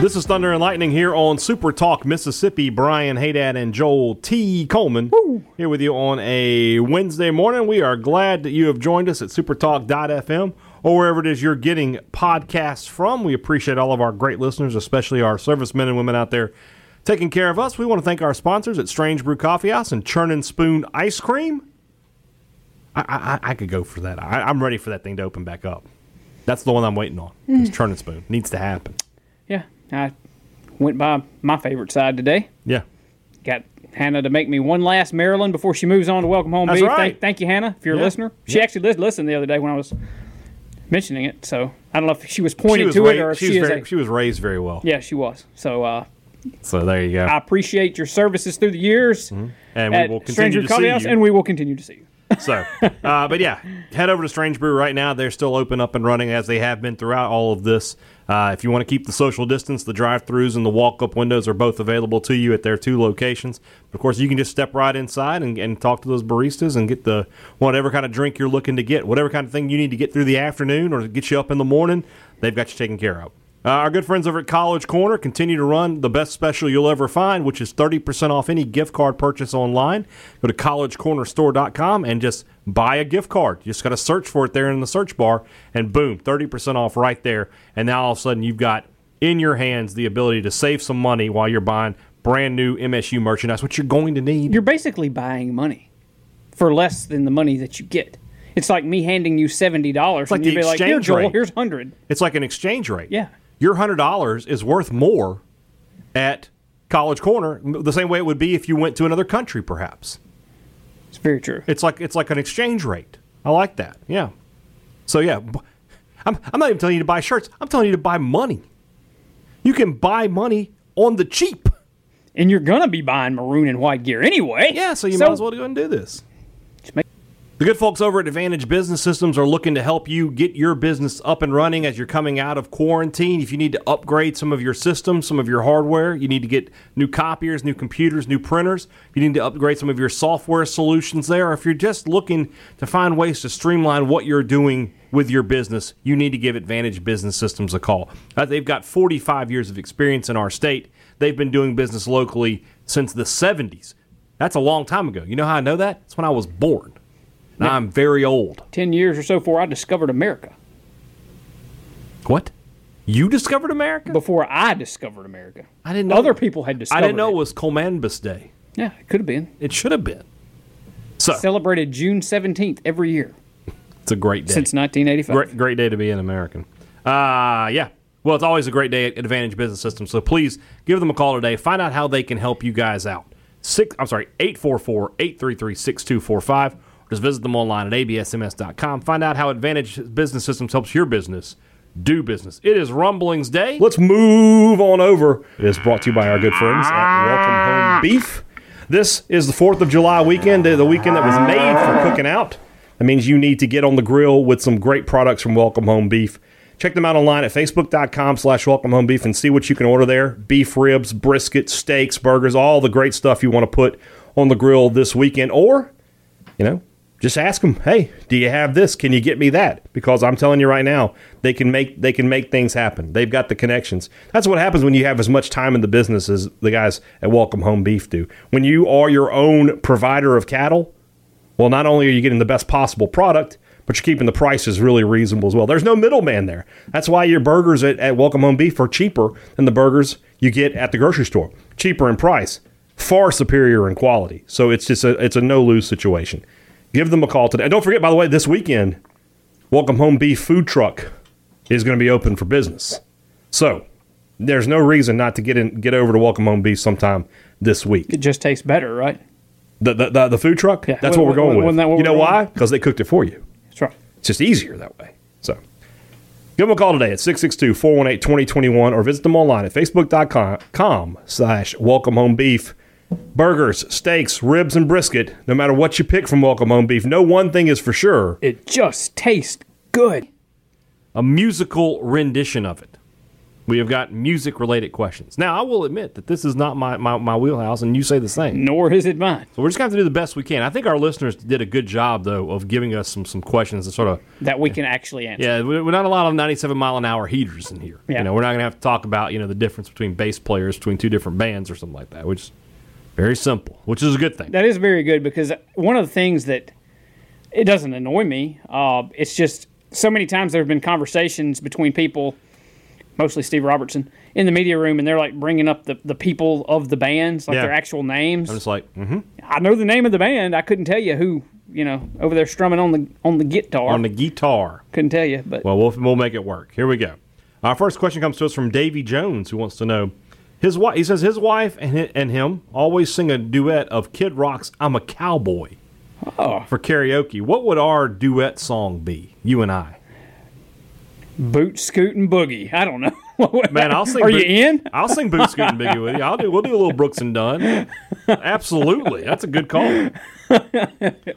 This is Thunder and Lightning here on Super Talk Mississippi. Brian Haydad and Joel T. Coleman here with you on a Wednesday morning. We are glad that you have joined us at supertalk.fm or wherever it is you're getting podcasts from. We appreciate all of our great listeners, especially our servicemen and women out there taking care of us. We want to thank our sponsors at Strange Brew Coffee House and Churn and Spoon Ice Cream. I, I, I- I could go for that. I, I'm ready for that thing to open back up. That's the one I'm waiting on. It's Churn and Spoon. Needs to happen. Yeah, I went by my favorite side today. Yeah. Got Hannah to make me one last Maryland before she moves on to Welcome Home That's Beef. right. Thank, thank you, Hannah, if you're Yeah. a listener. She Yeah. actually lis- listened the other day when I was mentioning it, so I don't know if she was pointing she was to ra- it or if she, she, was is very, a- she was raised very well. yeah, Ah. she was. So uh, So there you go. I appreciate your services through the years Mm-hmm. and we at will continue Stranger to Coffee see House, you. and we will continue to see you. so, uh, but yeah, head over to Strange Brew right now. They're still open, up and running as they have been throughout all of this. Uh, if you want to keep the social distance, the drive-throughs and the walk-up windows are both available to you at their two locations. Of course, you can just step right inside and, and talk to those baristas and get the whatever kind of drink you're looking to get, whatever kind of thing you need to get through the afternoon or to get you up in the morning. They've got you taken care of. Uh, our good friends over at College Corner continue to run the best special you'll ever find, which is 30% off any gift card purchase online. Go to collegecornerstore.com and just buy a gift card. You just got to search for it there in the search bar, and boom, 30% off right there. And now all of a sudden, you've got in your hands the ability to save some money while you're buying brand new MSU merchandise, which you're going to need. You're basically buying money for less than the money that you get. It's like me handing you seventy dollars, like and you'd the be like, "Here, exchange Joel, rate." here's hundred. It's like an exchange rate. Yeah. Your $100 is worth more at College Corner the same way it would be if you went to another country, perhaps. It's very true. It's like it's like an exchange rate. I like that. Yeah. So yeah, b- I'm, I'm not even telling you to buy shirts. I'm telling you to buy money. You can buy money on the cheap. and you're gonna be buying maroon and white gear anyway. Yeah, so you might as well go and do this. make- The good folks over at Advantage Business Systems are looking to help you get your business up and running as you're coming out of quarantine. If you need to upgrade some of your systems, some of your hardware, you need to get new copiers, new computers, new printers, you need to upgrade some of your software solutions there, or if you're just looking to find ways to streamline what you're doing with your business, you need to give Advantage Business Systems a call. Uh, they've got 45 years of experience in our state. They've been doing business locally since the 70s. That's a long time ago. You know how I know that? It's when I was born. And I'm very old. Ten years or so before I discovered America, What? You discovered America? before I discovered America, I didn't know. other people had discovered. I didn't know it It. was Columbus Day. Yeah, it could have been It should have been. So, celebrated June seventeenth every year it's a great day. since 1985. great, great day to be an American. Uh, yeah. Well, it's always a great day at Advantage Business System. So please give them a call today. Find out how they can help you guys out. Six, I'm sorry, 844-833-6245. Or just visit them online at absms.com. Find out how Advantage Business Systems helps your business do business. It is Rumblings Day. Let's move on over. It is brought to you by our good friends at Welcome Home Beef. This is the 4th of July weekend, the weekend that was made for cooking out. That means you need to get on the grill with some great products from Welcome Home Beef. Check them out online at facebook.com slash welcome home beef and see what you can order there. Beef ribs, brisket, steaks, burgers, all the great stuff you want to put on the grill this weekend. Or you know just ask them hey do you have this can you get me that because i'm telling you right now they can make they can make things happen they've got the connections that's what happens when you have as much time in the business as the guys at welcome home beef do when you are your own provider of cattle well, not only are you getting the best possible product, but you're keeping the prices really reasonable as well. There's no middleman there. That's why your burgers at, at Welcome Home Beef are cheaper than the burgers you get at the grocery store. Cheaper in price, far superior in quality. So it's just a it's a no lose situation. Give them a call today. And don't forget, by the way, this weekend, Welcome Home Beef food truck is going to be open for business. So There's no reason not to get in, get over to Welcome Home Beef sometime this week. It just tastes better, right? The the, the, the food truck. Yeah. That's Wa- what we're going wa- with. wasn't that what you know we're why? going? Because they cooked it for you. That's right. It's just easier that way. So give them a call today at 662 418 2021 or visit them online at facebook.com slash welcome home beef. Burgers, steaks, ribs, and brisket, no matter what you pick from Welcome Home Beef, no one thing is for sure. It just tastes good. A musical rendition of it. We have got music related questions. Now, I will admit that this is not my, my, my wheelhouse, and you say the same. Nor is it mine. So we're just going to have to do the best we can. I think our listeners did a good job, though, of giving us some, some questions that sort of That we can actually answer. yeah, we- we're not a lot of 97 mile an hour heaters in here. You Yeah. know, we're not going to have to talk about you know the difference between bass players between two different bands or something like that, which is very simple, which is a good thing. That is very good because one of the things that it doesn't annoy me. Uh, it's just so many times there have been conversations between people, mostly Steve Robertson, in the media room, and they're like bringing up the, the people of the bands, like Yeah. their actual names. I'm just like mhm, I know the name of the band. I couldn't tell you who you know over there strumming on the on the guitar. on the guitar. couldn't tell you, but Well, we'll we'll make it work. Here we go. Our first question comes to us from Davy Jones, who wants to know his wife. He says his wife and hi- and him always sing a duet of Kid Rock's "I'm a Cowboy" for karaoke. What would our duet song be? You and I. boot scoot and boogie. I don't know. What- Man, I'll sing. Are Boot- you in? I'll sing Boots Scoot and Biggie with you. I'll do. We'll do a little Brooks and Dunn. Absolutely, that's a good call.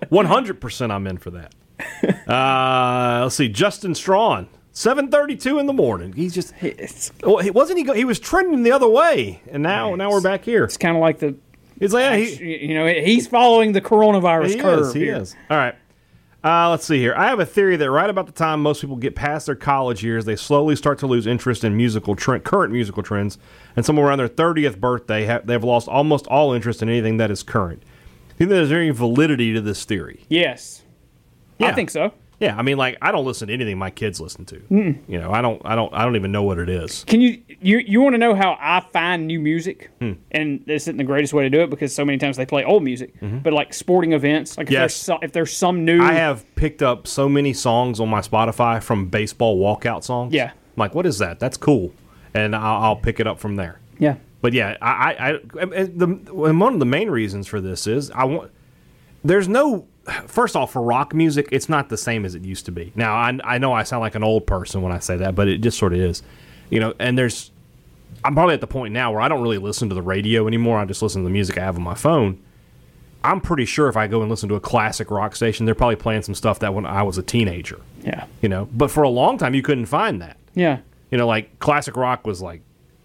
One hundred percent, I'm in for that. Uh, let's see, Justin Strawn, seven thirty-two in the morning. He's just. It's, Well, he wasn't he. Go, he was trending the other way, and now now we're back here. it's kind of like the It's like yeah, he, you know he's following the coronavirus he curve. Is, he here. is. All right. Uh, let's see here. I have a theory that right about the time most people get past their college years, they slowly start to lose interest in musical trend, current musical trends, and somewhere around their thirtieth birthday, ha- they've lost almost all interest in anything that is current. Do you think there's any validity to this theory? Yes, Yeah. I think so. Yeah, I mean, like I don't listen to anything my kids listen to. Hmm. You know, I don't, I don't, I don't even know what it is. Can you you you want to know how I find new music? Hmm. And this isn't the greatest way to do it because so many times they play old music. But like sporting events, like if, Mm-hmm. Yes. there's so, if there's some new, I have picked up so many songs on my Spotify from baseball walkout songs. Yeah. I'm like what is that? That's cool, and I'll, I'll pick it up from there. yeah, But yeah, I, I, I and the and one of the main reasons for this is I want. There's no, first off, for rock music, it's not the same as it used to be. Now I, I know I sound like an old person when I say that, but it just sort of is, you know. And there's, I'm probably at the point now where I don't really listen to the radio anymore. I just listen to the music I have on my phone. I'm pretty sure if I go and listen to a classic rock station, they're probably playing some stuff that when I was a teenager, yeah, you know. But for a long time, you couldn't find that yeah, you know, like classic rock was like,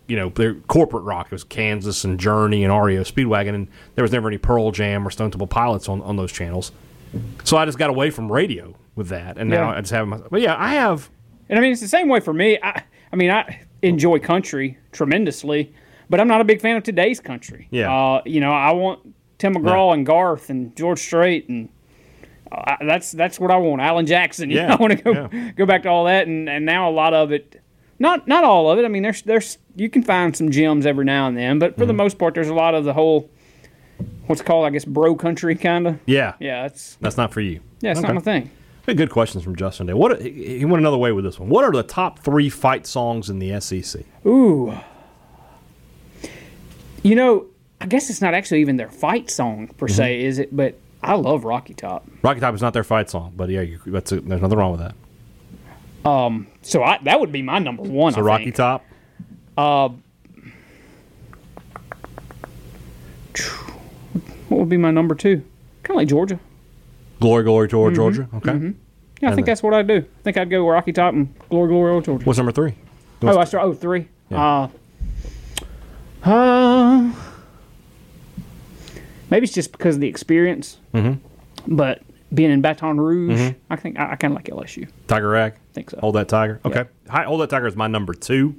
you know, their corporate rock. It was Kansas and Journey and REO Speedwagon, and there was never any Pearl Jam or Stone Temple Pilots on, on those channels. So I just got away from radio with that, and now Yeah. I just have my. But yeah, I have. And I mean it's the same way for me. I I mean I enjoy country tremendously, but I'm not a big fan of today's country. Yeah. uh, you know I want Tim McGraw and Garth and George Strait and. Uh, I- that's that's what I want, Alan Jackson. you Yeah, know, I want to go yeah. go back to all that, and, and now a lot of it, not not all of it. I mean, there's there's you can find some gems every now and then, but for Mm-hmm. the most part, there's a lot of the whole what's it called I guess bro country kind of. Yeah, Yeah, it's That's not for you. yeah, it's Okay. not my thing. Hey, Good questions from Justin. Today. What he he went another way with this one. What are the top three fight songs in the E SEC? Ooh. You know, I guess it's not actually even their fight song per Mm-hmm. se, is it? But I love Rocky Top. Rocky Top is not their fight song, but yeah, you, that's a, there's nothing wrong with that. So I that would be my number one. So I Rocky think. Top. What would be my number two? Kind of like Georgia. Glory, glory, Mm-hmm. Georgia. Georgia. Okay. Yeah, I think that's what I'd do. I think I'd go Rocky Top and Glory Glory Old Georgia. What's number three? Oh, I saw. Oh, three. Yeah. Uh, uh, maybe it's just because of the experience. Mm-hmm. But being in Baton Rouge, Mm-hmm. I think I, I kind of like LSU. Tiger Rag. Think so. Hold that tiger. Okay. Hi, Hold that tiger is my number two.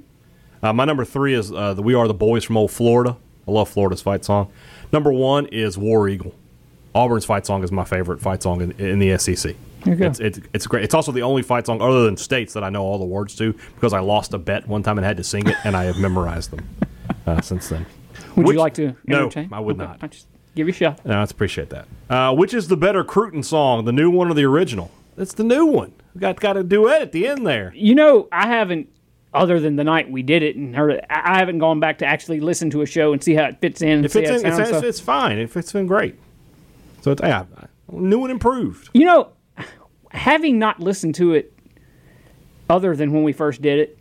Uh, my number three is uh, the We Are the Boys from Old Florida. I love Florida's fight song. Number one is War Eagle. Auburn's fight song is my favorite fight song in, in the SEC. There you go. It's, it's it's great. It's also the only fight song other than states that I know all the words to because I lost a bet one time and had to sing it, and I have memorized them uh, since then. Would Which- you like to? No, entertain? I would Okay, not. I just give you a shot. No, I appreciate that. Uh, which is the better Cruton song, the new one or the original? That's the new one. We got got a duet at the end there. You know, I haven't other than the night we did it and heard it. I I haven't gone back to actually listen to a show and see how it fits in. and If see it's, how it in, it's, sounds, it's, so- it's fine. If it's been great. So it's, yeah, new and improved. You know, having not listened to it other than when we first did it,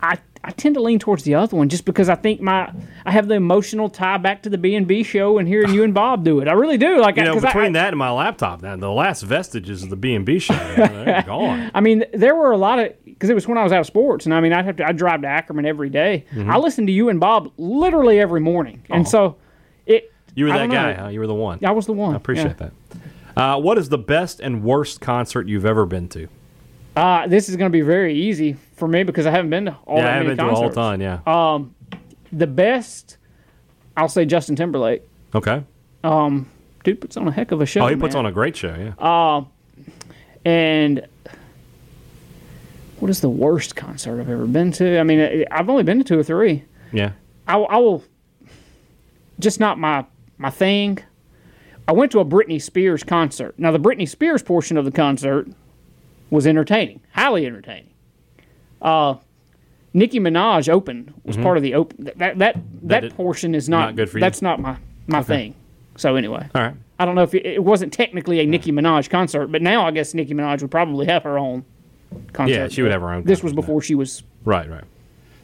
I I tend to lean towards the other one just because I think my I have the emotional tie back to the B and B show and hearing you and Bob do it. I really do. Like You know, 'cause I- between I, that and my laptop, now the last vestiges of the B and B show, they're gone. I mean, there were a lot of because it was when I was out of sports, and I mean, I'd have to I drive to Ackerman every day. Mm-hmm. I listened to you and Bob literally every morning, Uh-huh. and so it. You were I that don't know. guy, huh? You were the one. I was the one. I appreciate that. Uh, what is the best and worst concert you've ever been to? Uh, this is going to be very easy for me because I haven't been to all yeah, that I many haven't been to a concerts. Oh. whole ton. Yeah. The best, I'll say Justin Timberlake. okay. Dude puts on a heck of a show. Oh, he puts on man. Uh, a great show. Yeah. And what is the worst concert I've ever been to? I mean, I- I've only been to two or three. yeah. I, will- I will. Just not my my thing. I went to a Britney Spears concert. Now the Britney Spears portion of the concert was entertaining, highly entertaining. Uh, Nicki Minaj opened was part of the open. That that that, it- portion is Mm-hmm. not, not good for you? That's not my my thing. So anyway, All right. I don't know if it, it wasn't technically a Nicki Minaj concert, but now I guess Nicki Minaj would probably have her own concert. Yeah, she would have her own This concert was now. before she was. Right. Right.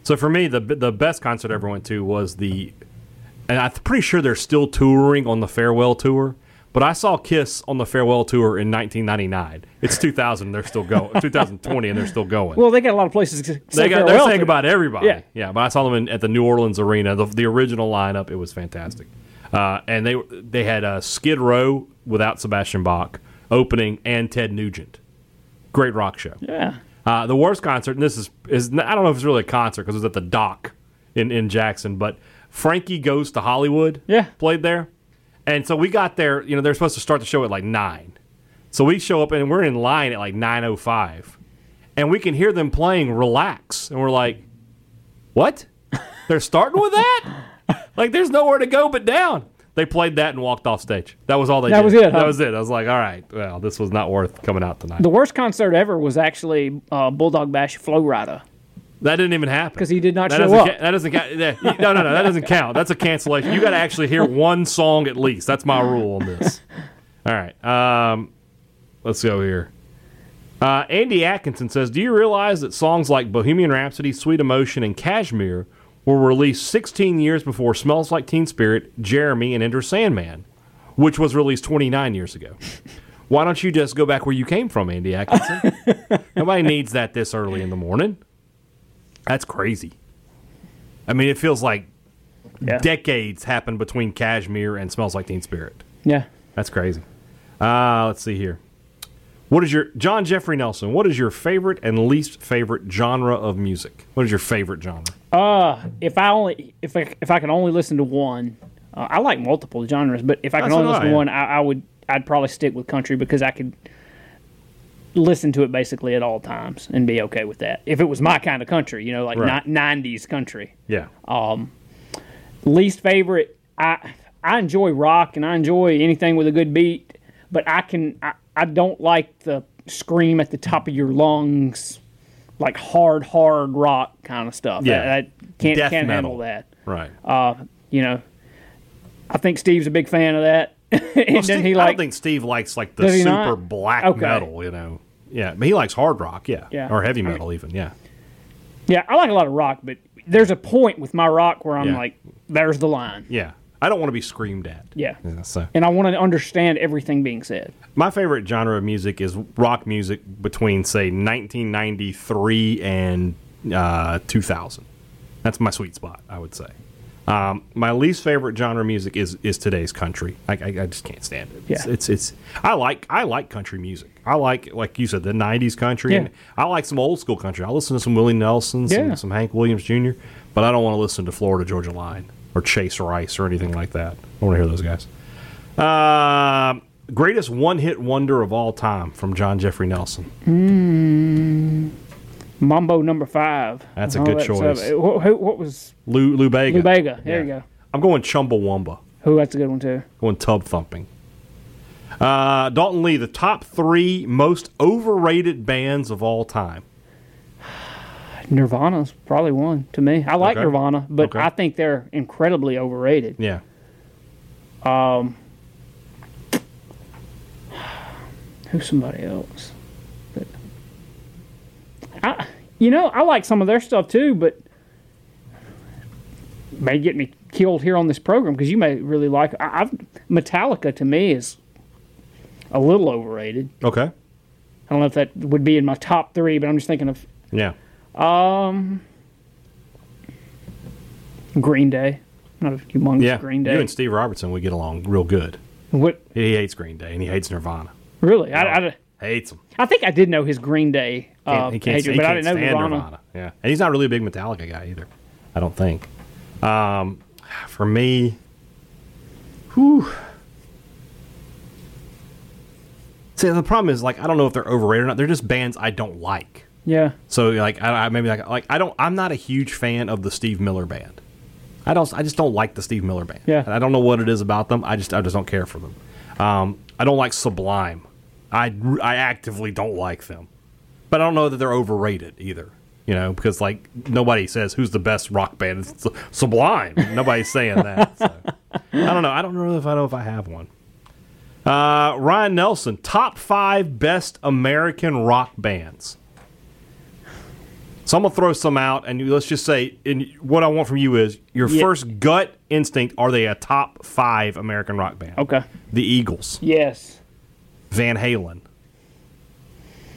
So for me, the the best concert I ever went to was the, and I'm pretty sure they're still touring on the farewell tour. But I saw Kiss on the farewell tour in 1999. It's 2000. They're still going. 2020, and they're still going. Well, they got a lot of places. To they say got, they're farewell saying to. about everybody. Yeah. but I saw them in, at the New Orleans Arena, the, the original lineup. It was fantastic. Uh, and they they had uh, Skid Row without Sebastian Bach opening and Ted Nugent. Great rock show. Yeah. Uh, the worst concert, and this is is I don't know if it's really a concert because it was at the dock in in Jackson, but Frankie Goes to Hollywood. Yeah. played there, and so we got there. You know, they're supposed to start the show at like nine, so we show up and we're in line at like nine oh five, and we can hear them playing "Relax," and we're like, "What? They're starting with that? like, there's nowhere to go but down." They played that and walked off stage. That was all they That did. was it, That huh? was it. I was like, all right, well, this was not worth coming out tonight. The worst concert ever was actually uh, Bulldog Bash Flow Rider. That didn't even happen 'Cause he did not that show doesn't up. ca- that doesn't count. That- no, no, no. That doesn't count. That's a cancellation. You got to actually hear one song at least. That's my rule on this. All right. Um, let's go here. Uh, Andy Atkinson says, "Do you realize that songs like Bohemian Rhapsody, Sweet Emotion, and Cashmere were released 16 years before Smells Like Teen Spirit, Jeremy, and Enter Sandman, which was released 29 years ago? Why don't you just go back where you came from, Andy Atkinson? Nobody needs that this early in the morning." That's crazy. I mean, it feels like Yeah. decades happened between Cashmere and Smells Like Teen Spirit. yeah. That's crazy. Uh, let's see here. What is your John Jeffrey Nelson? What is your favorite and least favorite genre of music? What is your favorite genre? If I only if I, if I could only listen to one, uh, I like multiple genres, but if I can That's only what I listen to am. one, I, I would I'd probably stick with country because I could listen to it basically at all times and be okay with that. If it was my kind of country, you know, like Right. ni- '90s country. Yeah. least favorite i i enjoy rock and i enjoy anything with a good beat but i can i, I don't like the scream at the top of your lungs like hard hard rock kind of stuff Yeah. i, can't Death can't metal. handle that right. Um, you know i think steve's a big fan of that and Well, then Steve- he I like don't think Steve likes like the Does he super not? black Okay. metal, you know. Yeah, but he likes hard rock, yeah, Yeah. or heavy metal even, yeah. yeah i like a lot of rock but there's a point with my rock where i'm Yeah. like there's the line Yeah. I don't want to be screamed at. yeah yeah so and i want to understand everything being said My favorite genre of music is rock music between say 1993 and uh, 2000. That's my sweet spot, I would say. Um, my least favorite genre of music is is today's country. I, I, I just can't stand it. It's, Yeah. it's it's I like I like country music. I like like you said the 90s country. Yeah. And I like some old school country. I listen to some Willie Nelson, some, Yeah. some Hank Williams Jr. But I don't want to listen to Florida Georgia Line or Chase Rice or anything like that. I want to hear those guys. Um, greatest one hit wonder of all time from John Jeffrey Nelson. mambo number five That's a and all good that stuff. choice. Wh- who- what was Lou Lou Bega. Lou Bega. There you go. I'm going Chumbawamba. Who? That's a good one too. Going tub thumping. Uh, Dalton Lee, the top three most overrated bands of all time. Nirvana's probably one to me. I like Okay. Nirvana, but Okay. I think they're incredibly overrated. Yeah. Who's somebody else? But I, you know, I like some of their stuff too, but may get me killed here on this program because you may really like. I, I've, Metallica to me is a little overrated. Okay. I don't know if that would be in my top three, but I'm just thinking of Yeah. Green Day. Not a humongous Yeah. Green Day. You and Steve Robertson would get along real good. what He hates Green Day and he hates Nirvana. really? I, I, Hates them. I think I did know his Green Day uh, he can't, hatred, he but I can't didn't know stand Nirvana. Yeah, and he's not really a big Metallica guy either. I don't think. Um, for me, whew. See, the problem is like I don't know if they're overrated or not. They're just bands I don't like. Yeah, So like I, I maybe like, like I don't I'm not a huge fan of the Steve Miller Band. I don't I just don't like the Steve Miller Band. Yeah. I don't know what it is about them. I just I just don't care for them. Um, I don't like Sublime. I I actively don't like them. But I don't know that they're overrated either. You know, because like nobody says who's the best rock band. It's Su- Sublime. Nobody's saying that. So. I don't know. I don't know if I know if I have one. Uh, Ryan Nelson, top five best American rock bands. So I'm gonna throw some out, and you- let's just say, and what I want from you is your Yeah. first gut instinct: are they a top five American rock band? okay. The Eagles, Yes. Van Halen.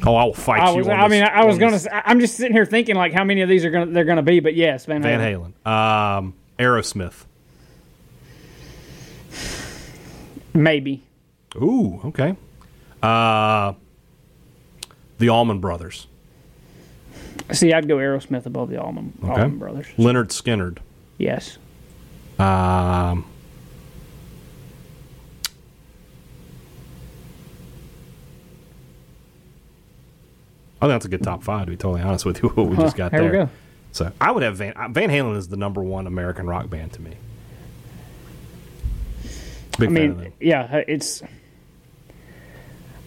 Oh, I will fight I you. was. on I this- mean, I, I on was gonna. this. s- I- I'm just sitting here thinking like how many of these are gonna they're gonna be, but yes, Van Halen. Van Halen, um, Aerosmith. Maybe. Ooh, okay. Uh, the Allman Brothers, See, I'd go Aerosmith above the Allman, Allman Brothers. Leonard Skinnard. Yes. Um, I think that's a good top five. To be totally honest with you, what we just Huh, got there there. we go. So I would have Van uh, Van Halen is the number one American rock band to me. Big I fan of mean, them. yeah, it's.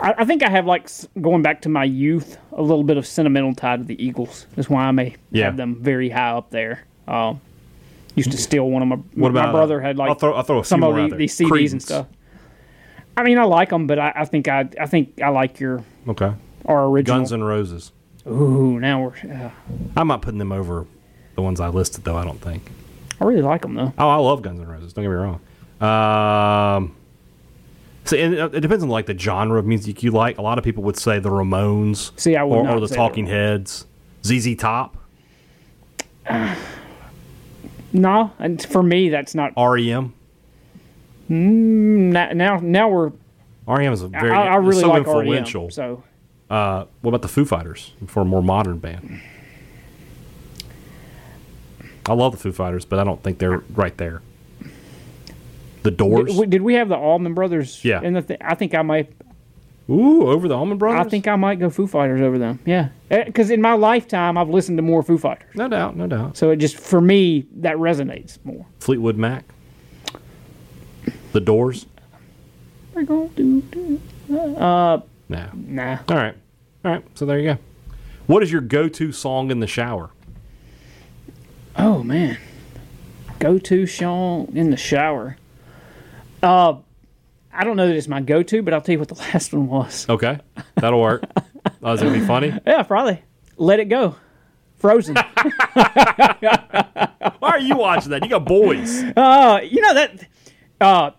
I, I think I have like s- going back to my youth a little bit of sentimental tie to the Eagles. That's why I may Yeah. have them very high up there. Um, used to steal one of my. What about my brother uh, had like I'll throw, I'll throw a few some of more out the, there. these CDs and Creedence. stuff. I mean, I like them, but I, I think I I think I like your Okay, our original. Guns N' Roses. Ooh, now we're. Uh, I'm not putting them over the ones I listed though. I don't think. I really like them though. Oh, I love Guns N' Roses. Don't get me wrong. Um, so and uh, it it depends on like the genre of music you like. A lot of people would say the Ramones. See, I would or, not or the say the Talking Heads, ZZ Top, No, and for me, that's not. REM. Now now, now we're. REM E is a very I, I really so like influential. REM. So uh, what about the Foo Fighters for a more modern band? I love the Foo Fighters, but I don't think they're right there. The Doors. Did we, did we have the Allman Brothers? Yeah. In the th- I think I might. Ooh, over the Allman Brothers. I think I might go Foo Fighters over them. Yeah. Because in my lifetime, I've listened to more Foo Fighters, no doubt, no doubt. so it just for me that resonates more. Fleetwood Mac. The Doors. We're gonna do- do- No. Nah. All right. All right. So there you go. What is your go-to song in the shower? Oh man. Go to Sean in the shower. Uh, I don't know that it's my go-to, but I'll tell you what the last one was. Okay, that'll work. Oh, is it gonna be funny? Yeah, probably. Let it go. Frozen. Why are you watching that? You got boys. uh, you know that. Uh,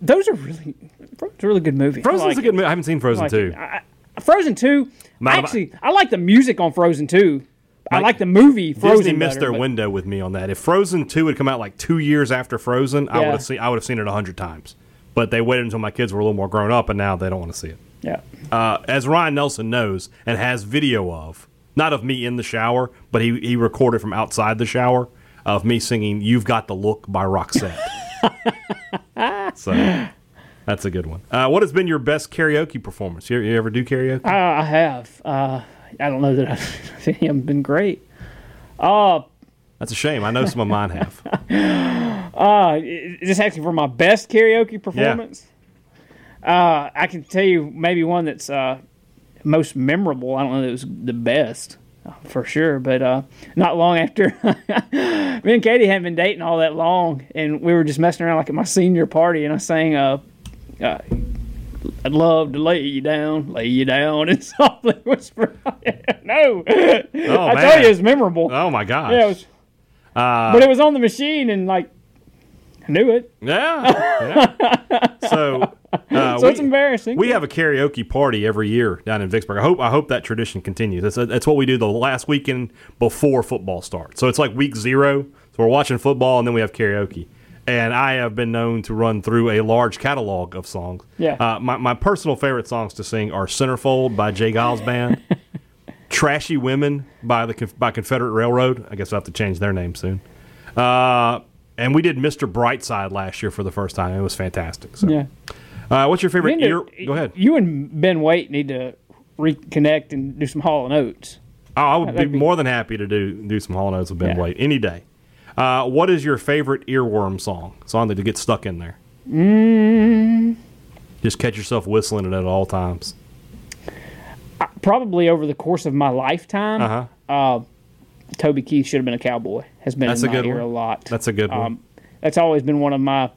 those are really. Frozen's a really good movie. I Frozen's like a it. good movie. I haven't seen Frozen like too. it. I- I- Frozen two. Not about- actually, I like the music on Frozen two. I Like, like the movie Frozen. Disney missed better, their but- window with me on that. If Frozen two had come out like two years after Frozen, I Yeah. would have seen. I would have seen it a hundred times. But they waited until my kids were a little more grown up, and now they don't want to see it. Yeah. uh, as Ryan Nelson knows and has video of, not of me in the shower, but he, he recorded from outside the shower of me singing You've Got the Look by Roxette. so that's a good one. Uh, what has been your best karaoke performance? You, you ever do karaoke? Uh, I have. Uh, I don't know that I've, I haven't been great. that's a shame. I know some of mine have. Uh, is this actually for my best karaoke performance? Uh, I can tell you maybe one that's uh, most memorable. I don't know that it was the best. for sure. But uh, not long after, me and Katie hadn't been dating all that long, and we were just messing around like at my senior party, and I sang, uh, uh, "I'd love to lay you down, lay you down," and softly whisper, "No." I tell Oh, man. you, it's memorable. Oh my gosh. yeah, it was, Uh, but it was on the machine, and like I knew it, Yeah. yeah. So, uh, so we, it's embarrassing. we have a karaoke party every year down in Vicksburg. I hope I hope that tradition continues. That's that's what we do the last weekend before football starts. So it's like week zero. So we're watching football and then we have karaoke. And I have been known to run through a large catalog of songs. Yeah. Uh, my, my personal favorite songs to sing are "Centerfold" by Jay Giles Band, "Trashy Women" by the Conf- by Confederate Railroad. I guess I'll have to change their name soon. Uh, and we did "Mr. Brightside" last year for the first time. It was fantastic. So. yeah. Uh, what's your favorite Need to- ear? Go ahead. You and Ben Waite need to reconnect and do some Hall and Oates. Oh, I would be That'd be- more than happy to do do some Hall Notes with Ben Yeah. White any day. Uh, what is your favorite earworm song? Song that gets stuck in there. Mm. Just catch yourself whistling it at all times. Probably over the course of my lifetime, Uh huh. Toby Keith should have been a cowboy. Has been That's in a my good ear one. a lot. That's a good one. Um, that's always been one of my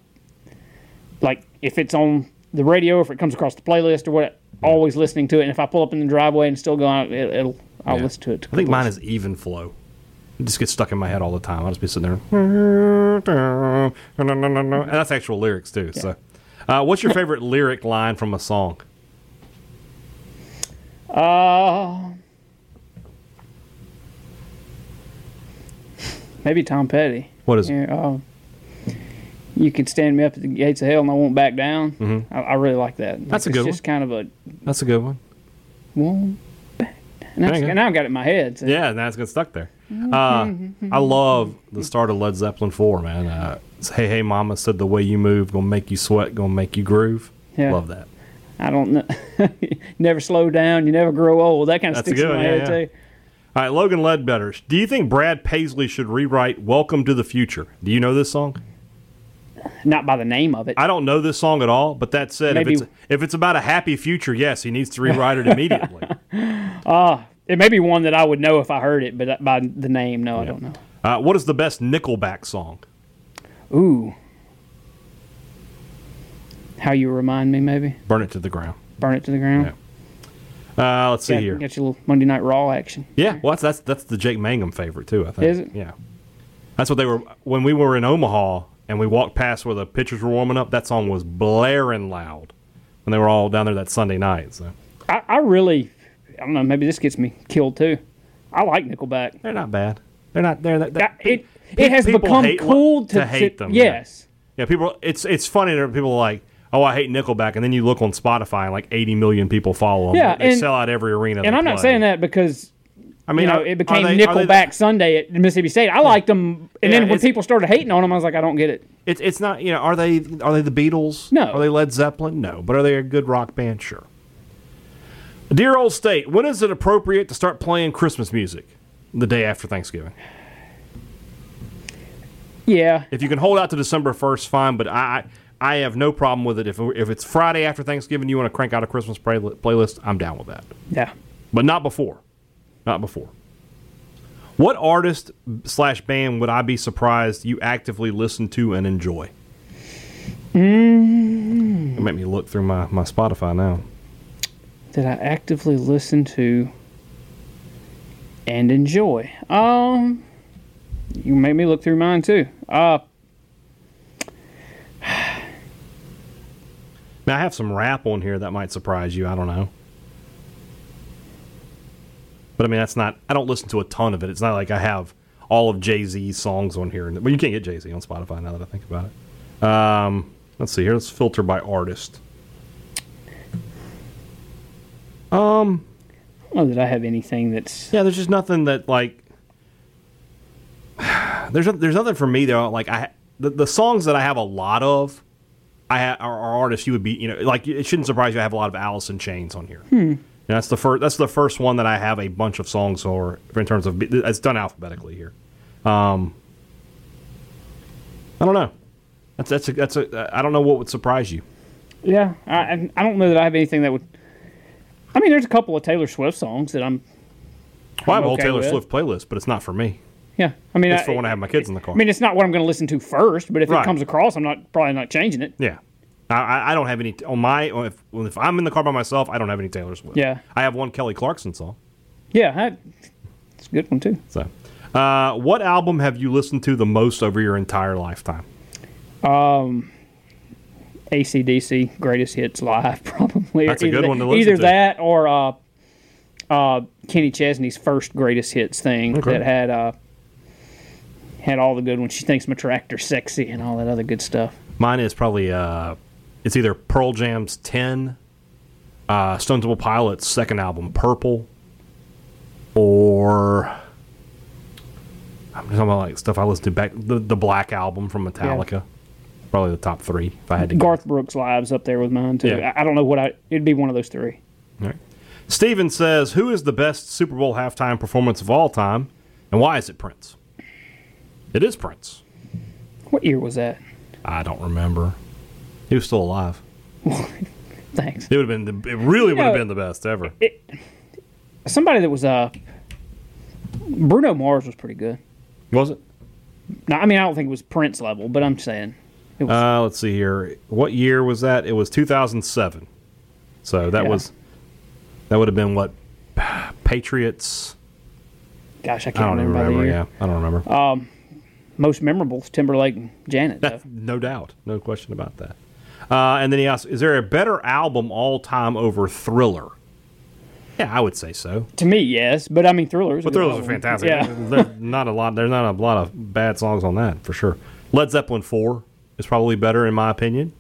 like if it's on the radio, if it comes across the playlist or what, always listening to it. And if I pull up in the driveway and still go out, it, it'll I'll Yeah. listen to it. I think mine is Even Flow. It just gets stuck in my head all the time. I'll just be sitting there. And that's actual lyrics too. So, uh, what's your favorite lyric line from a song? Uh, maybe Tom Petty. What is it? Yeah, um, you can stand me up at the gates of hell and I won't back down. Mm-hmm. I, I really like that. That's a Like, good It's just kind of a That's a good one. won't back. And, that's, you go. and I've got it in my head. So. Yeah, and that's got stuck there. Uh, I love the start of Led Zeppelin 4, man. Uh, it's, hey, hey, mama said the way you move, gonna make you sweat, gonna make you groove. Yeah. Love that. I don't know. never slow down. You never grow old. That kind of That's a sticks good in my one, yeah, head yeah. too. All right, Logan Ledbetter. Do you think Brad Paisley should rewrite Welcome to the Future? Do you know this song? Not by the name of it. I don't know this song at all, but that said, Maybe- if, it's, if it's about a happy future, yes, he needs to rewrite it immediately. it may be one that I would know if I heard it, but by the name, no, I don't know. uh, what is the best Nickelback song? Ooh. How you remind me, maybe Burn It to the Ground. burn it to the ground. Yeah. Uh, let's see Got- here. Got your little Monday Night Raw action. Yeah, well, that's that's, that's the Jake Mangum favorite too. I think. Is it? Yeah, that's what they were when we were in Omaha and we walked past where the pitchers were warming up. That song was blaring loud when they were all down there that Sunday night. So I, I really, I don't know. Maybe this gets me killed too. I like Nickelback. they're not bad. They're not. They're not. I- That, it it has Uh, people become hate- cool to, to hate them, yeah. Yes. yeah, people. It's it's funny that people are like. Oh, I hate Nickelback, and then you look on Spotify and like 80 million people follow them. Yeah, they and- sell out every arena. And they I'm not play. saying that because I mean, you know, are- it are became they- are they- Nickelback Sunday at Mississippi State. I liked them, and Yeah, then when it's- people started hating on them, I was like, I don't get it. It's it's not you know are they are they the Beatles? No. Are they Led Zeppelin? No. But are they a good rock band? Sure. Dear old state, when is it appropriate to start playing Christmas music? The day after Thanksgiving. Yeah, If you can hold out to December first, fine. But I I I have no problem with it. If if it's Friday after Thanksgiving, you want to crank out a Christmas play, playlist, I'm down with that. yeah. But not before, not before. What artist slash band would I be surprised you actively listen to and enjoy? It made me look through my, my Spotify now. That I actively listen to and enjoy. Um, you made me look through mine too. Uh, Now I have some rap on here that might surprise you. I don't know, but I mean that's not. I don't listen to a ton of it. It's not like I have all of Jay Z's songs on here. Well, you can't get Jay Z on Spotify now that I think about it. Um, let's see here. Let's filter by artist. Um. I don't know that I have anything that's Yeah, there's just nothing that like. There's there's nothing for me though. Like I the, the songs that I have a lot of, I ha, are, are artists you would be you know like it shouldn't surprise you. I have a lot of Alice in Chains on here. Hmm. And that's the first that's the first one that I have a bunch of songs or in terms of it's done alphabetically here. Um, I don't know. That's that's a, that's a I don't know what would surprise you. yeah. I I- I don't know that I have anything that would. I mean, there's a couple of Taylor Swift songs that I'm Well, I have a whole okay Taylor with. Swift playlist, but it's not for me. Yeah, I mean, It's I, for when I have my kids in the car. I mean, it's not what I'm going to listen to first, but if Right. it comes across, I'm not probably not changing it. Yeah. I- I, I don't have any on my on if, well, if I'm in the car by myself I don't have any Taylor Swift. Yeah. I have one Kelly Clarkson song. Yeah, that, it's a good one too. So, uh, what album have you listened to the most over your entire lifetime? ACDC Greatest Hits Live, probably. That's a Either good that- one to listen Either to. that or uh, uh, Kenny Chesney's first Greatest Hits thing Okay. that had uh, had all the good ones. She thinks my tractor's sexy and all that other good stuff. Mine is probably uh, it's either Pearl Jam's Ten, uh, Stone Temple Pilots' second album Purple, or I'm talking about like stuff I listened to back the, the Black album from Metallica. Probably the top three if I had to. guess. Garth Brooks lives up there with mine too. Yeah. I, I don't know what I. It'd be one of those three. All right. Steven says, Who is the best Super Bowl halftime performance of all time, and why is it Prince? It is Prince. What year was that? I don't remember. He was still alive. Thanks. It would have been the, it really would have know, been the best ever. Somebody that was uh, Bruno Mars was pretty good. Was it? No, I mean I don't think it was Prince level, but I'm saying it was. Uh, let's see here. What year was that? It was 2007. So that Yeah. was that would have been what Patriots. gosh, I I can't don't even remember, by the remember. year. Yeah, I don't remember. Most memorable is Timberlake and Janet. Though. No doubt. No question about that. Uh, and then he asks, is there a better album all time over Thriller? Yeah, I would say so. to me, yes, but I mean Thriller. is a But good Thriller's are album. fantastic. Yeah, There's not a lot there's not a lot of bad songs on that for sure. Led Zeppelin 4 is probably better in my opinion.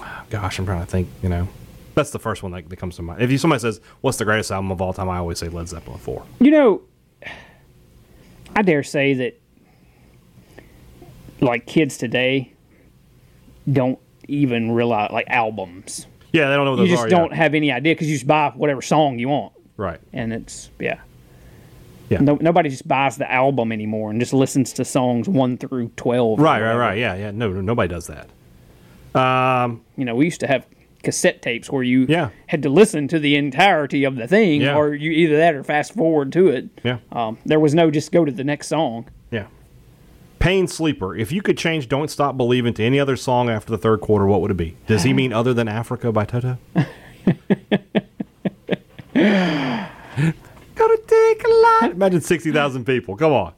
Um gosh, I'm trying to think, you know. That's the first one that, that comes to mind. If you somebody says, "What's the greatest album of all time?" I always say Led Zeppelin 4. you know, I dare say that like kids today don't even realize like albums. Yeah, they don't know what You those just are. yeah. don't have any idea because you just buy whatever song you want, Right. and it's yeah. Yeah. No, nobody just buys the album anymore and just listens to songs one through twelve. or Right, right, whatever. right. Yeah, yeah. No, no nobody does that. you know, we used to have cassette tapes where you Yeah. had to listen to the entirety of the thing, Yeah. or you either that or fast forward to it. Yeah. Um, there was no just go to the next song. Yeah. Pain Sleeper. If you could change Don't Stop Believing to any other song after the third quarter, what would it be? Does he mean other than Africa by Toto? Gonna take a lot. Imagine 60,000 people. Come on.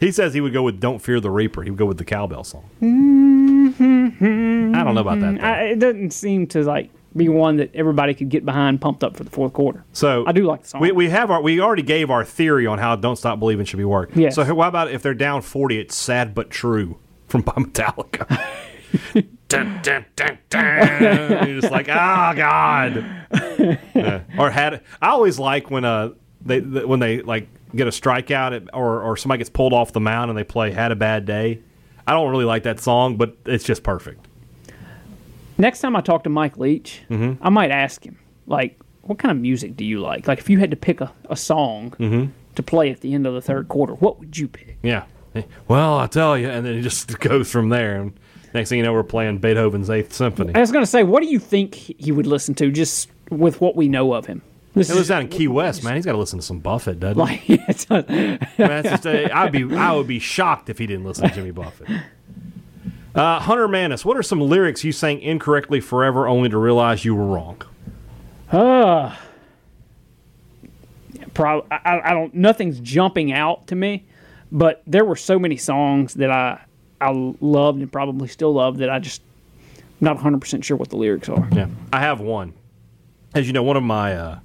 He says he would go with Don't Fear the Reaper. He would go with the cowbell song. I don't know about that. though. I, it doesn't seem to like be one that everybody could get behind, pumped up for the fourth quarter. So I do like the song. We, we have our we already gave our theory on how "Don't Stop Believing" should be worked. Yes. So who- how about if they're down forty, it's "Sad but True" from by Metallica. dun, dun, dun, dun. You're just like, ah, god. Yeah. Or had I always like when uh they th- when they like get a strikeout at, or or somebody gets pulled off the mound and they play "Had a Bad Day." I don't really like that song, but it's just perfect. Next time I talk to Mike Leach, Mm-hmm. I might ask him like, what kind of music do you like? Like, if you had to pick a, a song Mm-hmm. to play at the end of the third quarter, what would you pick? Yeah. Well, I tell you, and then it just goes from there. And next thing you know, we're playing Beethoven's Eighth Symphony. I was going to say, what do you think he would listen to just with what we know of him? This He lives down in Key West, man. He's got to listen to some Buffett, doesn't he? like it's a- Man, that's just a- I'd be, I would be shocked if he didn't listen to Jimmy Buffett. Uh, Hunter Manis, what are some lyrics you sang incorrectly forever only to realize you were wrong? prob- I- I, I don't nothing's jumping out to me, but there were so many songs that I I loved and probably still love that I just not 100 percent sure what the lyrics are. Yeah, I have one. As you know, one of my uh,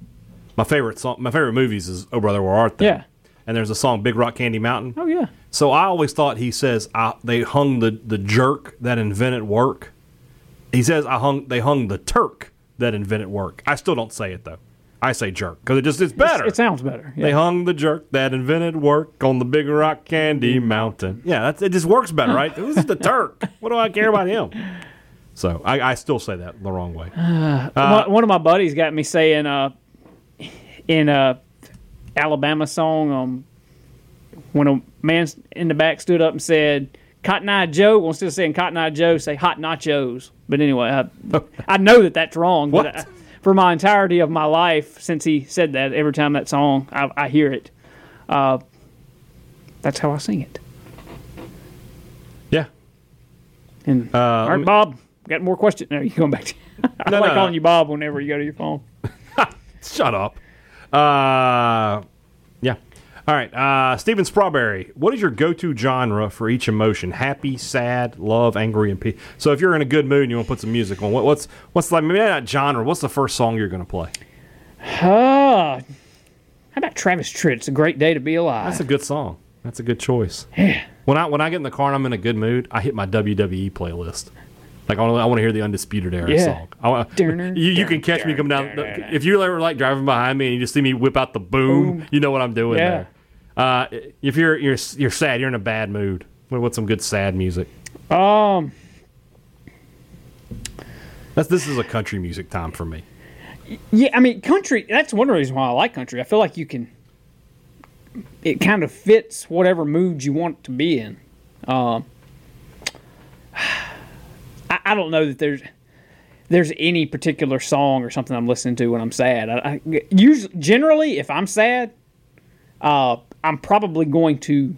my favorite song, my favorite movies is "Oh Brother Where Art Thou." Yeah. and there's a song "Big Rock Candy Mountain." Oh yeah, So I always thought he says I, they hung the, the jerk that invented work. He says I hung they hung the Turk that invented work. I still don't say it though. I say jerk because it just it's better. it sounds better. Yeah. they hung the jerk that invented work on the Big Rock Candy Mountain. Yeah, that's, it just works better, right? This is the Turk. What do I care about him? So I, I still say that the wrong way. Uh, one, one of my buddies got me saying uh in a Alabama song um when a man in the back stood up and said Cotton Eye Joe instead of saying Cotton Eye Joe say Hot Nachos. But anyway, I, I know that that's wrong. What? But I, for my entirety of my life since he said that. Every time that song, I, I hear it. Uh, that's how I sing it. Yeah. Uh, And all right, Bob, got more questions? No, you're going back to. I No, no, like no. calling you Bob whenever you go to your phone. Shut up. Uh, yeah. All right. Uh, Steven Strawberry, what is your go to genre for each emotion? Happy, sad, love, angry, and peace. So if you're in a good mood and you want to put some music on, what, what's what's like maybe not genre? What's the first song you're going to play? Ah, how about Travis Tritt? It's a great day to be alive. That's a good song. That's a good choice. When I when I get in the car and I'm in a good mood, I hit my WWE playlist. Like I want to I want to hear the Undisputed Era Yeah. song. I wanna, Durner, you, you can durner, catch me coming down. durner, durner. If you're ever like driving behind me and you just see me whip out the boom, you know what I'm doing Yeah. there. Uh, if you're you're you're sad, you're in a bad mood. What, what's some good sad music? um, That's this is a country music time for me. yeah, I mean, country. That's one reason why I like country. I feel like you can. It kind of fits whatever mood you want to be in. Um, I, I don't know that there's there's any particular song or something I'm listening to when I'm sad. I, I, usually, generally, if I'm sad, uh, I'm probably going to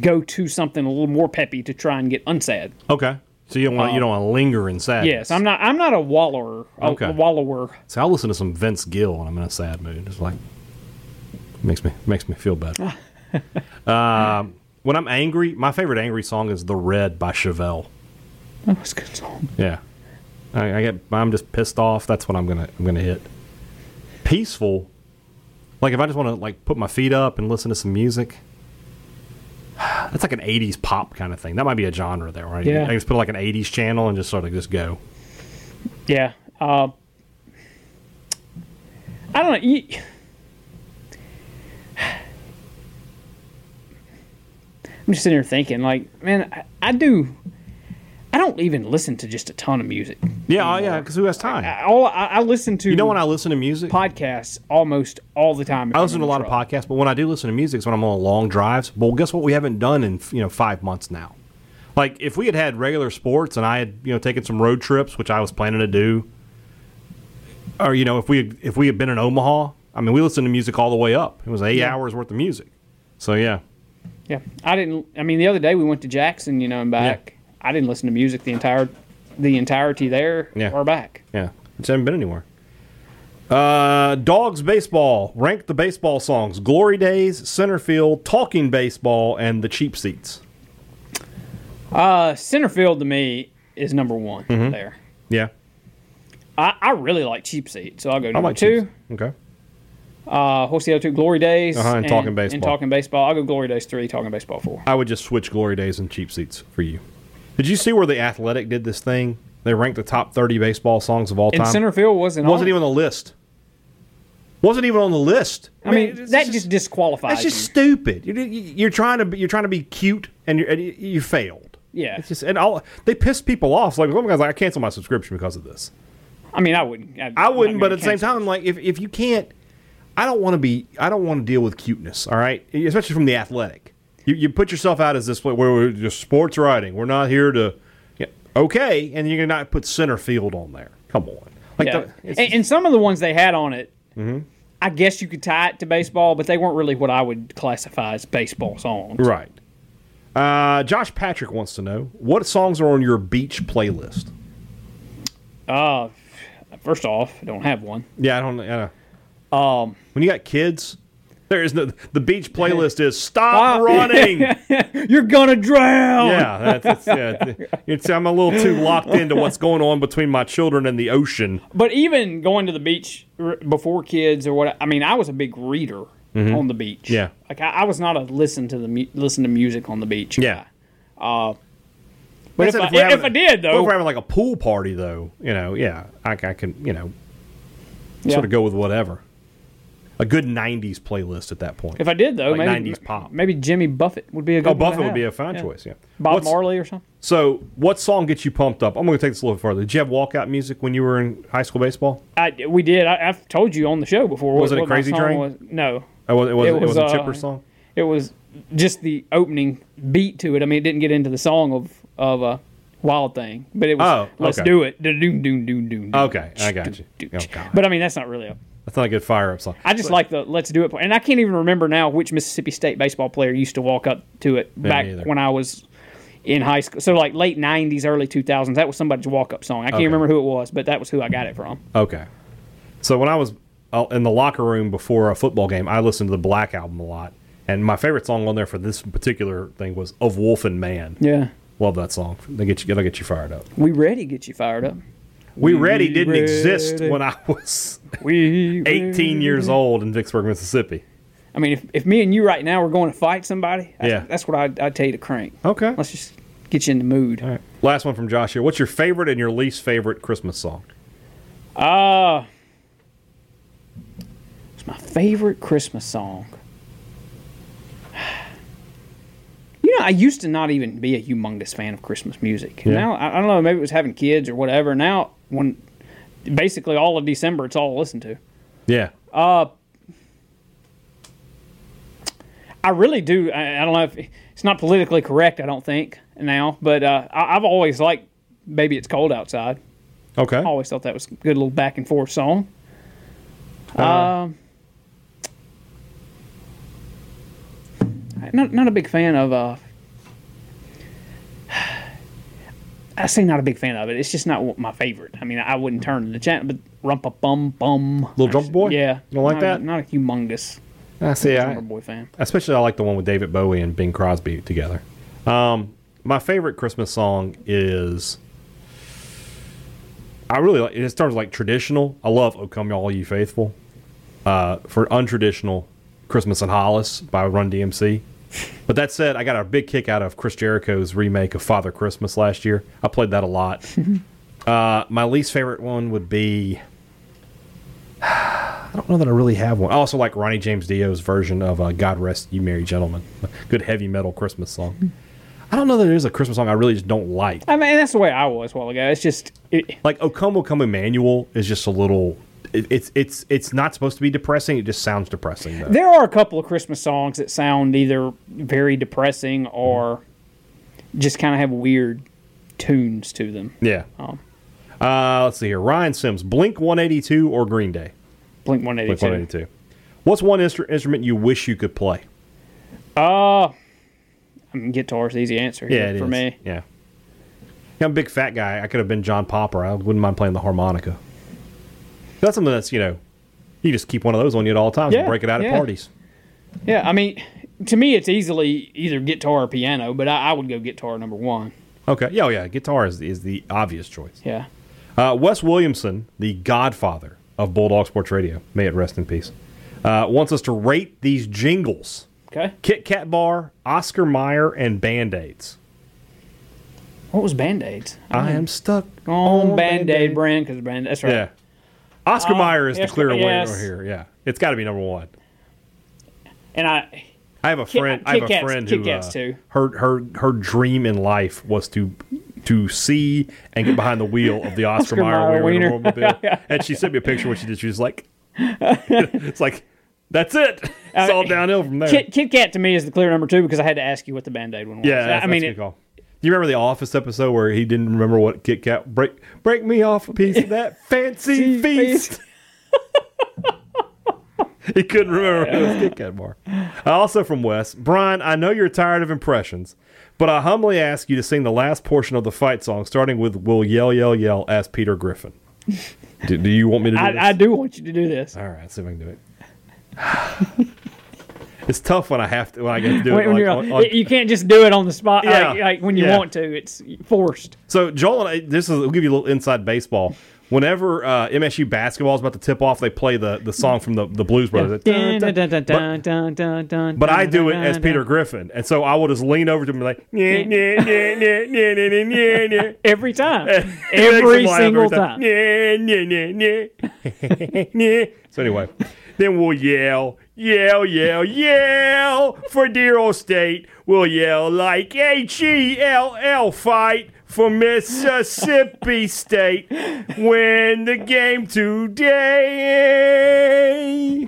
go to something a little more peppy to try and get unsad. Okay, so you don't want you don't want to linger in sadness. Um, Yes, I'm not. I'm not a wallower. A, Okay. a wallower. So I'll listen to some Vince Gill when I'm in a sad mood. It's like makes me makes me feel better. um, when I'm angry, my favorite angry song is "The Red" by Chevelle. That was a good song. Yeah, I, I get I'm just pissed off. That's what I'm gonna I'm gonna hit. Peaceful, like if I just want to like put my feet up and listen to some music. That's like an '80s pop kind of thing. That might be a genre there, right? Yeah. I just put like an '80s channel and just sort of just go. Yeah. Uh, I don't know. You, I'm just sitting here thinking, like, man, I, I do. I don't even listen to just a ton of music. Yeah, oh, yeah. Because who has time? I- All I, I listen to You know when I listen to music, podcasts almost all the time. if I I'm listen in to a the lot of truck. podcasts, but when I do listen to music, it's when I'm on long drives. Well, guess what? We haven't done in you know five months now. Like if we had had regular sports and I had you know taken some road trips, which I was planning to do, or you know if we had, if we had been in Omaha, I mean we listened to music all the way up. It was eight Yeah. hours worth of music. So yeah, Yeah, I didn't. I mean, the other day we went to Jackson, you know, and back. I didn't listen to music the entire, the entirety there Yeah. or back. yeah, I just haven't been anywhere. Uh, dogs baseball. Rank the baseball songs: Glory Days, Centerfield, Talking Baseball, and the Cheap Seats. Uh, center field to me is number one Mm-hmm. there. Yeah, I, I really like cheap seat, so I'll go I number like two. Cheap Seats. Okay. Uh, what's the other two? Glory days Uh-huh, and Talking Baseball. And talking baseball, I'll go glory days three, talking baseball four. I would just switch glory days and cheap seats for you. Did you see where the Athletic did this thing? They ranked the top 30 baseball songs of all And time. center field wasn't wasn't on. even on the list. Wasn't even on the list. I mean, it's that just, disqualifies. that's just you. stupid. You're, you're trying to be, you're trying to be cute and, you're, and you, you failed. Yeah. It's just and all they pissed people off. Like one guy's like, I canceled my subscription because of this. I mean, I wouldn't. I'd, I I'm not wouldn't, but gonna at the same cancel. time, I'm like, if, if you can't, I don't want to be, I don't want to deal with cuteness, all right? Especially from the athletic. You, you put yourself out as this, where we're just sports writing. We're not here to, yeah, okay, and you're going to not put center field on there. Come on. Like Yeah. the- it's- Mm-hmm. and, and some of the ones they had on it, I guess you could tie it to baseball, but they weren't really what I would classify as baseball songs. right. Uh, Josh Patrick wants to know what songs are on your beach playlist? Uh, first off, I don't have one. Yeah, I don't, I don't know. Um, when you got kids, there is no, the beach playlist is stop Stop. running. You're gonna drown. Yeah, that's, that's, yeah. It's, I'm a little too locked into what's going on between my children and the ocean. But even going to the beach r- before kids or what, I mean, I was a big reader on the beach. Mm-hmm. Yeah. like I, I was not a listen to the mu- listen to music on the beach. guy. but Uh, if I- if I did, though- if we're having like a pool party, though, you know, yeah, I, I can, you know, Yeah. sort of go with whatever. A good '90s playlist at that point. If I did though, Like maybe 90s pop. Maybe Jimmy Buffett would be a oh, good. one to Buffett would be a have. fine Yeah. choice. Yeah, Bob What's- Marley or something. So, what song gets you pumped up? I'm going to take this a little further. Did you have walkout music when you were in high school baseball? I, we did. I, I've told you on the show before. Was it a my Crazy song Train? Was. No, It was, it was, it It was, was, a chipper uh, song. it was just the opening beat to it. I mean, it didn't get into the song of of uh, Wild Thing, but it was Oh, let's okay. do it. Doom, doom, doom, doom, doom. Okay, I got you. Doom. Oh, God. But I mean, that's not really a. That's not a good fire up song. I just like the let's do it part. And I can't even remember now which Mississippi State baseball player used to walk up to it back either. when I was in high school. So, like late 90s, early 2000s, that was somebody's walk up song. I can't Okay. remember who it was, but that was who I got it from. Okay. So when I was uh, in the locker room before a football game, I listened to the Black album a lot, and my favorite song on there for this particular thing was "Of Wolf and Man." Yeah. Love that song. They get you. That'll get you fired up. We ready get you fired up. We Ready didn't exist Ready. when I was We 18 years old in Vicksburg, Mississippi. I mean, if, if me and you right now were going to fight somebody, that's, Yeah. that's what I'd, I'd tell you to crank. Okay. Let's just get you in the mood. All right. Last one from Josh here. What's your favorite and your least favorite Christmas song? It's my favorite Christmas song. You know, I used to not even be a humongous fan of Christmas music. Yeah. Now, I I don't know, maybe it was having kids or whatever. Now, when basically all of December, it's all I listen to. Yeah. I really do. I, I don't know if it's not politically correct. I don't think now, but uh, I, I've always liked "Baby It's Cold Outside." Okay. I always thought that was a good little back and forth song. Uh-huh. Um, not not a big fan of. Uh, I say not a big fan of it. It's just not wh- my favorite. I mean, I wouldn't turn to the channel, but rumpa bum bum. Little Drummer Boy? Yeah, You don't like Not- that? Not a humongous I see. drummer I, boy fan. especially I like the one with David Bowie and Bing Crosby together. Um, my favorite Christmas song is. I really like in terms of like traditional. I love "O Come All Ye Faithful." Uh, for untraditional, "Christmas in Hollis" by Run DMC. But that said, I got a big kick out of Chris Jericho's remake of "Father Christmas" last year. I played that a lot. uh, my least favorite one would be. I don't know that I really have one. I also like Ronnie James Dio's version of uh, "God Rest You Merry Gentlemen," good heavy metal Christmas song. I don't know that there's a Christmas song I really just don't like. I mean, that's the way I was a while ago. It's just it, Like "O Come, O Come, Emmanuel" is just a little. It, it's it's it's not supposed to be depressing. It just sounds depressing. Though. There are a couple of Christmas songs that sound either very depressing or just kind of have weird tunes to them. Yeah. Uh, let's see here. Ryan Sims, Blink 182 or Green Day? Blink Blink 182. 182. What's one instru- instrument you wish you could play? I mean, guitar's the easy answer Yeah, here it is. for me. Yeah. Yeah, I'm a big fat guy. I could have been John Popper. I wouldn't mind playing the harmonica. That's something that's, you know, you just keep one of those on you at all times Yeah, and break it out yeah. at parties. Yeah, I mean, to me, it's easily either guitar or piano, but I, I would go guitar number one. Okay. Yeah, oh, yeah. Guitar is, is the obvious choice. Yeah. Uh, Wes Williamson, the godfather of Bulldog Sports Radio, may it rest in peace, uh, wants us to rate these jingles Okay. Kit Kat Bar, Oscar Mayer, and Band Aids. What was Band Aids? I am stuck Mm. On Band Band-Aid. Aid brand, because brand, that's right. Yeah. Oscar Mayer is yes, the clear yes. winner here. Yeah. It's got to be number one. And I, I have a friend. I have Kit a Kats- friend Kit who Kats uh, too. her her her dream in life was to to see and get behind the wheel of the Oscar, Oscar Mayer Mayer wiener wiener. automobile. and she sent me a picture when she did. She was like, "It's like that's it. Uh, It's all downhill from there." Kit, Kit Kat to me is the clear number two because I had to ask you what the Band Aid one was. yeah, that's, I mean, that's a it, good call. Do you remember the Office episode where he didn't remember what Kit Kat break break me off a piece of that fancy feast? he couldn't remember if it was Kit Kat bar. Uh, Also from Wes, Brian, I know you're tired of impressions, but I humbly ask you to sing the last portion of the fight song, starting with "We'll yell, yell, yell" as Peter Griffin. Do, do you want me to do this? I, I do want you to do this. All right, let's see if I can do it. it's tough when I have to when I get to do when, it. when like, you're, on- on- you can't just do it on the spot Yeah. like, like when you Yeah. want to it's forced So Joel and I, this is we'll give you a little inside baseball. Whenever uh, MSU basketball is about to tip off, they play the, the song from the, the Blues Brothers. But, but but I do it as Peter Griffin, and so I will just lean over to him and be like, "Nyeh, nyeh, nyeh, nyeh, nyeh, nyeh, nyeh, nyeh." every time It makes every him laugh single time Nyeh, nyeh, nyeh, nyeh. Nyeh. So anyway, then we'll yell, yell, yell, yell for dear old state. We'll yell like H E L L fight for Mississippi State. Win the game today.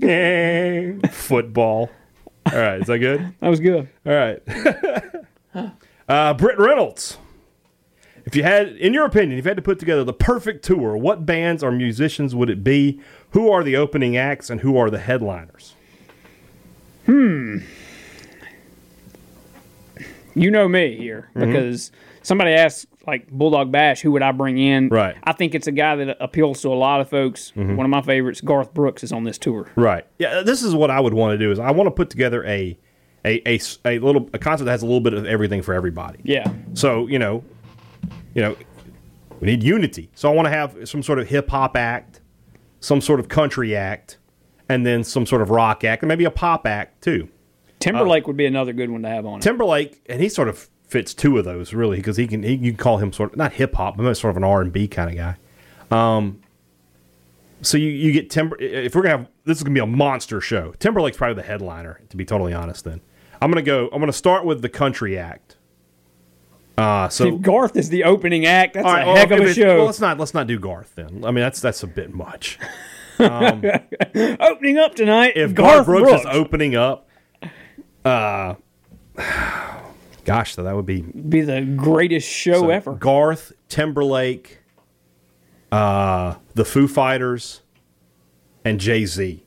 Eh, Football. All right, is that good? that was good All right. Uh, Britt Reynolds. If you had, in your opinion, if you had to put together the perfect tour, what bands or musicians would it be? Who are the opening acts and who are the headliners? you know me here because somebody asked like Bulldog Bash, who would I bring in? Right. I think it's a guy that appeals to a lot of folks. One of my favorites, Garth Brooks, is on this tour. Right. Yeah. This is what I would want to do is I want to put together a a, a, s- a little a concert that has a little bit of everything for everybody. Yeah. So you know, you know, we need unity. So I want to have some sort of hip hop act, some sort of country act, and then some sort of rock act, and maybe a pop act too. Timberlake would be another good one to have on it. Timberlake, and he sort of fits two of those really because he can he, you can call him sort of not hip hop, but sort of an R and B kind of guy. Um, so you you get Timber. If we're gonna have this is gonna be a monster show. Timberlake's probably the headliner. To be totally honest, then I'm gonna go. I'm gonna start with the country act. Uh, so if Garth is the opening act, that's all a right, well, heck if of a it- show. Well, let's not let's not do Garth then. I mean, that's that's a bit much. opening up tonight, If Garth, Brooks, is opening up, uh, gosh, though, that would be be the greatest show ever. Garth Timberlake, uh, the Foo Fighters, and Jay Z.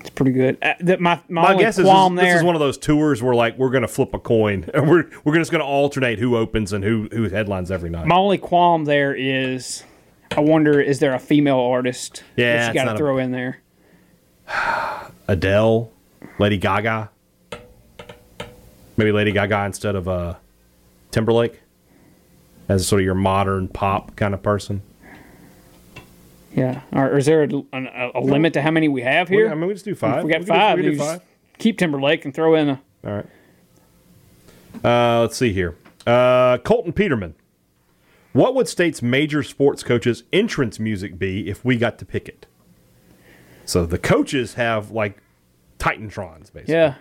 It's pretty good. Uh, that my my, My only guess is this, qualm this there. is one of those tours where like we're gonna flip a coin and we're we're just gonna alternate who opens and who who headlines every night. my only qualm there is, I wonder, is there a female artist Yeah, that it's you got not a- to throw in there? Adele, Lady Gaga, maybe Lady Gaga instead of uh, Timberlake as sort of your modern pop kind of person. Yeah. Or, or is there a, a, a limit to how many we have here? I mean, we just do five. we got can do- five. We can you do just five. Keep Timberlake and throw in a. All right. Uh, let's see here. Uh, Colton Peterman. What would state's major sports coaches' entrance music be if we got to pick it? So the coaches have like Titantrons, basically. Yeah.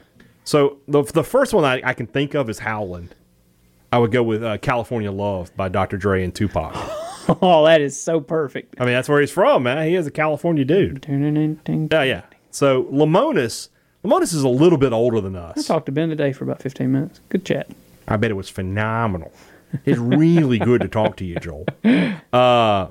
So the the first one I, I can think of is Howland. I would go with uh, California Love by Dr. Dre and Tupac. Oh, that is so perfect. I mean, that's where he's from, man. He is a California dude. I Yeah, yeah. So Lamonis, Lamonis is a little bit older than us. talked to Ben today for about 15 minutes. Good chat. I bet it was phenomenal. It's really good to talk to you, Joel. Uh,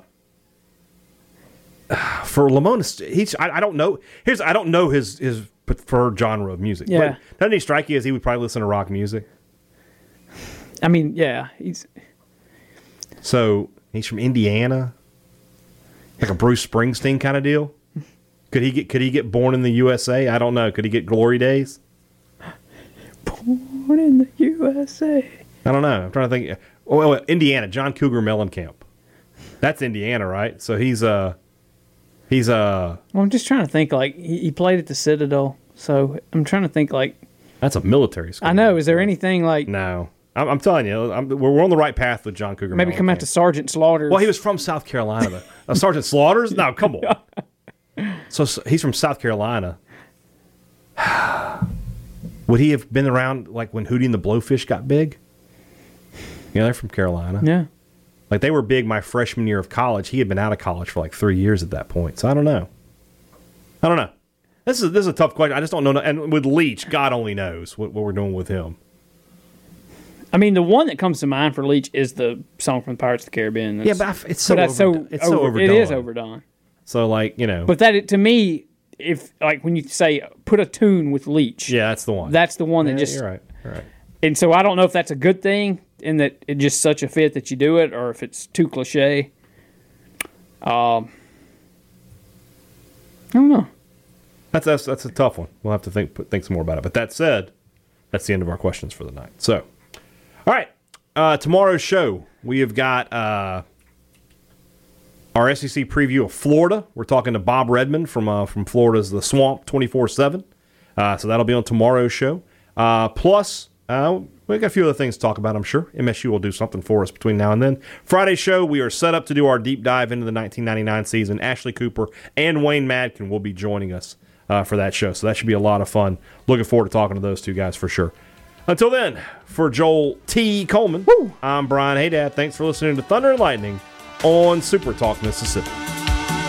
for Lamonis, he's I, I don't know. Here's I don't know his his preferred genre of music. Yeah. But doesn't he strike you as he would probably listen to rock music? I mean, yeah, he's So he's from Indiana, like a Bruce Springsteen kind of deal. Could he get? Could he get born in the USA? I don't know. Could he get glory days? born in the USA. I don't know. I'm trying to think. Oh, well, Indiana, John Cougar Mellencamp. That's Indiana, right? So he's uh he's uh Well, I'm just trying to think. Like he, he played at the Citadel, so I'm trying to think. Like that's a military school. I know, is there anything like No, I'm, I'm telling you, I'm, we're, we're on the right path with John Cougar. maybe come Mellencamp. out to Sergeant Slaughter? Well, he was from South Carolina. though. uh, Sergeant Slaughter's? No, come on. So, so he's from South Carolina. Would he have been around like when Hootie and the Blowfish got big? You know, they're from Carolina. yeah. Like they were big my freshman year of college. He had been out of college for like three years at that point. So I don't know. I don't know. This is this is a tough question. I just don't know. And with Leach, God only knows what, what we're doing with him. I mean, the one that comes to mind for Leach is the song from Pirates of the Caribbean. Yeah, That's- but I f- it's so that's overd- so it's so over- overdone. It is overdone. So like you know, But that it, to me, if like when you say put a tune with Leach, yeah, that's the one. that's the one that Yeah, just you're right. You're right. and so I don't know if that's a good thing in that it just such a fit that you do it, or if it's too cliche. Um, I don't know. That's, that's that's a tough one. We'll have to think put, think some more about it. But that said, that's the end of our questions for the night. So, all right, uh, tomorrow's show we have got uh, our SEC preview of Florida. We're talking to Bob Redmond from uh, from Florida's the Swamp twenty four seven. Uh, So that'll be on tomorrow's show. Uh, plus, uh, we got a few other things to talk about. I'm sure MSU will do something for us between now and then. Friday's show we are set up to do our deep dive into the 1999 season. Ashley Cooper and Wayne Madkin will be joining us uh, for that show. So that should be a lot of fun. Looking forward to talking to those two guys for sure. Until then, for Joel T. Coleman, I'm Brian Haydad. Thanks for listening to Thunder and Lightning on Super Talk Mississippi. Thank you.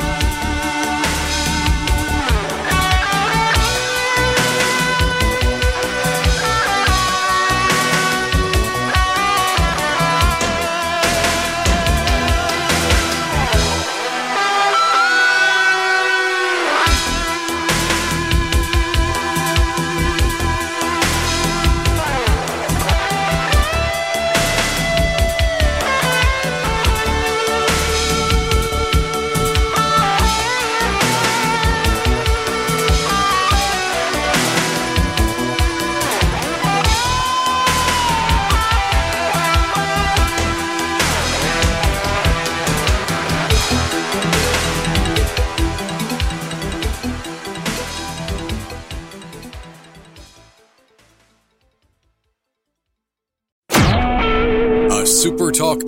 SuperTalk